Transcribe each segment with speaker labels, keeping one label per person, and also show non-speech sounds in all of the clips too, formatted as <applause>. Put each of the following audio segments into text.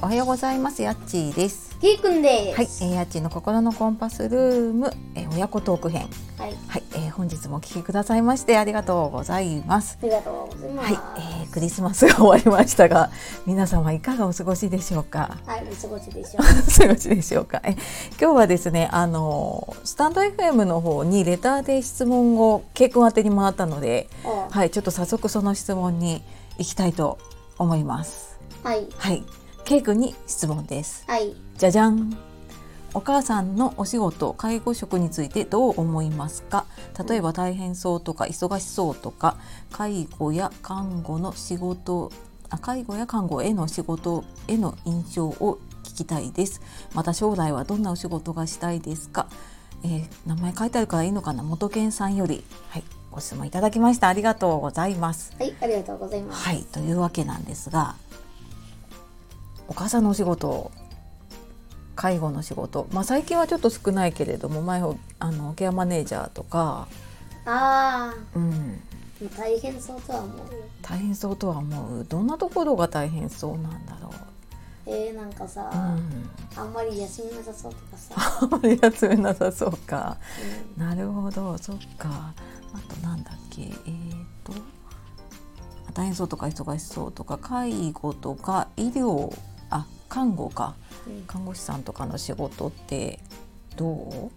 Speaker 1: おはようございますやっちーです
Speaker 2: ひーくんで
Speaker 1: はい、
Speaker 2: す
Speaker 1: えー、やっちーの心のコンパスルーム、えー、親子トーク編
Speaker 2: はい、あ
Speaker 1: はい、えー、本日もお聞きくださいましてありがとうございます
Speaker 2: りがとうございま
Speaker 1: はい
Speaker 2: す、、
Speaker 1: えー、クリスマスが終わりましたが皆様いかがお過ごしでしょうか
Speaker 2: はい、お過ごしでしょ
Speaker 1: お過ごしでしょうかえ今日はですねあのースタンド FM の方にレターで質問をケイ君宛てに回ったので
Speaker 2: うお
Speaker 1: はいちょっと早速その質問に行きたいと思います
Speaker 2: はい
Speaker 1: はいケイ君に質問です
Speaker 2: はい
Speaker 1: じゃじゃんお母さんのお仕事介護職についてどう思いますか例えば大変そうとか忙しそうとか介護や看護の仕事あ介護や看護への仕事への印象を聞きたいですまた将来はどんなお仕事がしたいですか、えー名前書いてあるからいいのかな元健さんよりはいご質問いただきましたありがとうございます
Speaker 2: はいありがとうございます
Speaker 1: はいというわけなんですがお母さんのお仕事介護の仕事、まあ、最近はちょっと少ないけれども前ほあのケアマネージャーとか、
Speaker 2: あ
Speaker 1: うん、
Speaker 2: あ大変そうとは思う
Speaker 1: 大変そうとは思うどんなところが大変そうなんだろ
Speaker 2: えー、なんかさ、
Speaker 1: う、うん、
Speaker 2: あんまり休みなさそうとかさ、
Speaker 1: あん <laughs> まり休めなさそうか
Speaker 2: うん
Speaker 1: なるほどそっかあとなんだっけえっ、とあ大変そうとか忙しそうとか介護とか医療あ看護か
Speaker 2: うん
Speaker 1: 看護師さんとかの仕事ってどう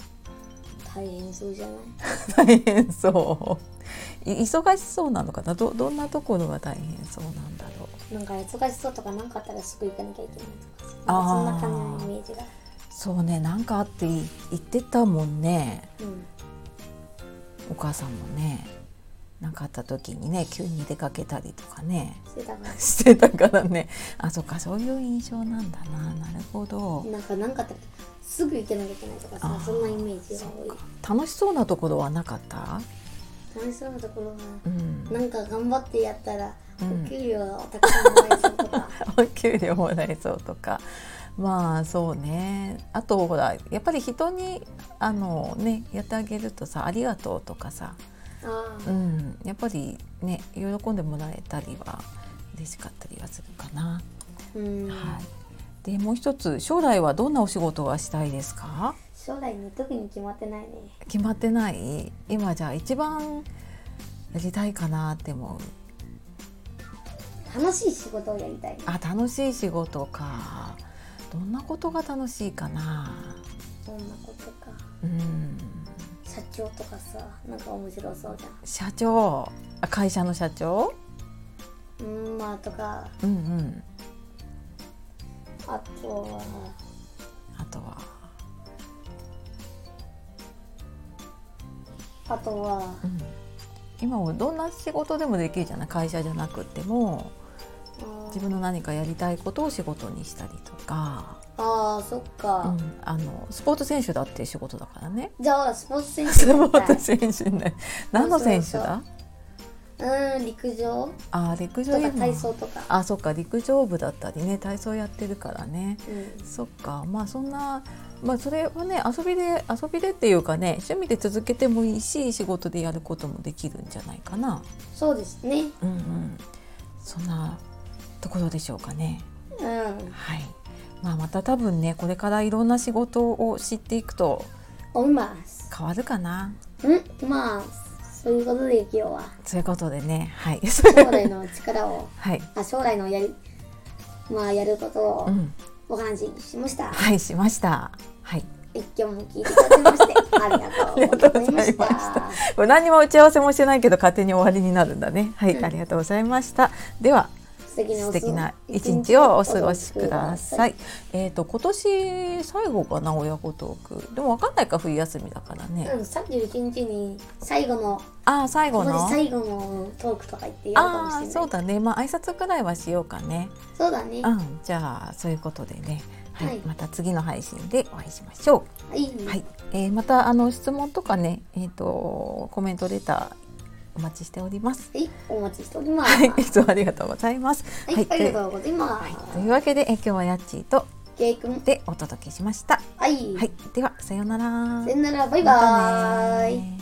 Speaker 1: <laughs>
Speaker 2: 大変そうじゃない
Speaker 1: 大変そうい忙しそうなのかなどどんなところが大変そうなんだろう
Speaker 2: なんか忙しそうとかなんかあったらすぐ行かなきゃいけないとかさ
Speaker 1: あ
Speaker 2: な
Speaker 1: ー
Speaker 2: んかそんな感じのイメージが
Speaker 1: そうねなんかあってい言ってたもんね
Speaker 2: うん
Speaker 1: お母さんもねなんかあった時にね急に出かけたりとかね <laughs>
Speaker 2: してたから
Speaker 1: してたからねあそっかそういう印象なんだななるほど
Speaker 2: なんかなんかあったらすぐ行けなきゃいけないとか
Speaker 1: あ
Speaker 2: さ
Speaker 1: ー
Speaker 2: そんなイメージが多い
Speaker 1: 楽しそうなところはなかった
Speaker 2: 楽しそうなところが
Speaker 1: うん
Speaker 2: なんか頑張ってやったら、
Speaker 1: うん
Speaker 2: お給料がたくさんもらえそう
Speaker 1: <laughs>
Speaker 2: とか
Speaker 1: お給料もらえそうとかまあそうねあとほらやっぱり人にあのねやってあげるとさ「ありがとう」とかさ、
Speaker 2: あー
Speaker 1: うん、やっぱりね喜んでもらえたりは嬉しかったりはするかな。
Speaker 2: うん、
Speaker 1: はい、でもう一つ将来はどんなお仕事がしたいですか
Speaker 2: 将来ね特に決まってないね
Speaker 1: 決まってない今じゃあ一番やりたいかなって思う
Speaker 2: 楽しい仕事をやりたい
Speaker 1: あ楽しい仕事かどんなことが楽しいかな
Speaker 2: そんなことか
Speaker 1: うん
Speaker 2: 社長とかさなんか面白そうじゃ
Speaker 1: 社長あ会社の社長
Speaker 2: んうんまあとか
Speaker 1: うんうん
Speaker 2: あとは
Speaker 1: あとは
Speaker 2: あとは
Speaker 1: うん今はどんな仕事でもできるじゃない会社じゃなくても
Speaker 2: あ
Speaker 1: 自
Speaker 2: ー
Speaker 1: 分の何かやりたいことを仕事にしたりとか、
Speaker 2: あーそっ
Speaker 1: う
Speaker 2: か、
Speaker 1: ん、あのスポーツ選手だって仕事だから
Speaker 2: <laughs>
Speaker 1: ね
Speaker 2: じゃあスポーツ選
Speaker 1: スポ
Speaker 2: 手になりた
Speaker 1: ー
Speaker 2: い
Speaker 1: ツ選手にな
Speaker 2: <laughs>
Speaker 1: る何の選手
Speaker 2: そうそ
Speaker 1: だ <laughs>
Speaker 2: うん陸上
Speaker 1: あー陸
Speaker 2: と
Speaker 1: 上
Speaker 2: か
Speaker 1: 今
Speaker 2: 体操とか
Speaker 1: あそっか陸上部だったりね体操やってるからね
Speaker 2: うん
Speaker 1: そっかまあそんなまあそれはね遊びで遊びでっていうかね趣味で続けてもいいし仕事でやることもできるんじゃないかな
Speaker 2: そうですね
Speaker 1: うんうんそんなところでしょうかね
Speaker 2: うん
Speaker 1: はいまあまた多分ねこれからいろんな仕事を知っていくと
Speaker 2: 思います
Speaker 1: 変わるかな
Speaker 2: うんまあそういうことで今日は
Speaker 1: そういうことでねはい <laughs>
Speaker 2: 将来の力を
Speaker 1: はい
Speaker 2: あ将来のやりまあやることを
Speaker 1: うん
Speaker 2: お話ししました、
Speaker 1: はいしましたはい
Speaker 2: 一挙も聞いてくださいましてありがとうございまし
Speaker 1: ありがとうございました
Speaker 2: た
Speaker 1: これ何も打ち合わせもしてないけど勝手に終わりになるんだねはい、
Speaker 2: うん
Speaker 1: ありがとうございましたでは
Speaker 2: 素敵なお
Speaker 1: 素
Speaker 2: 過ご
Speaker 1: 敵な一日をお過ごしくださ
Speaker 2: お過ごしください
Speaker 1: い。えっ、と今年最後かな親子トーク。でもわかんないか冬休みだからね。
Speaker 2: うん、31日に最後の
Speaker 1: ああ最後
Speaker 2: 今
Speaker 1: の。
Speaker 2: 年最後のトークとか言ってやるかもし
Speaker 1: あ
Speaker 2: れ
Speaker 1: あ
Speaker 2: ない
Speaker 1: そうだね。まあ挨拶くらいはしようかね。
Speaker 2: そうだね
Speaker 1: う
Speaker 2: は
Speaker 1: んじゃあそういうことでね。はい、
Speaker 2: はい
Speaker 1: また次の配信でお会いしましょ。
Speaker 2: いう
Speaker 1: はい、えーまたあの質問とかねえっ、とコメントレターお待ちしております。
Speaker 2: はいお待ちしております
Speaker 1: は
Speaker 2: はいい、
Speaker 1: い <laughs> つもありがとうございます。
Speaker 2: あり
Speaker 1: と
Speaker 2: がとうございます、
Speaker 1: というわけで、えー今日はやっちーと
Speaker 2: ケイ君
Speaker 1: でお届けしました。
Speaker 2: はい、
Speaker 1: はい、ではさようなら。
Speaker 2: さよならバイ
Speaker 1: ま
Speaker 2: バ
Speaker 1: た
Speaker 2: ーイ、
Speaker 1: ね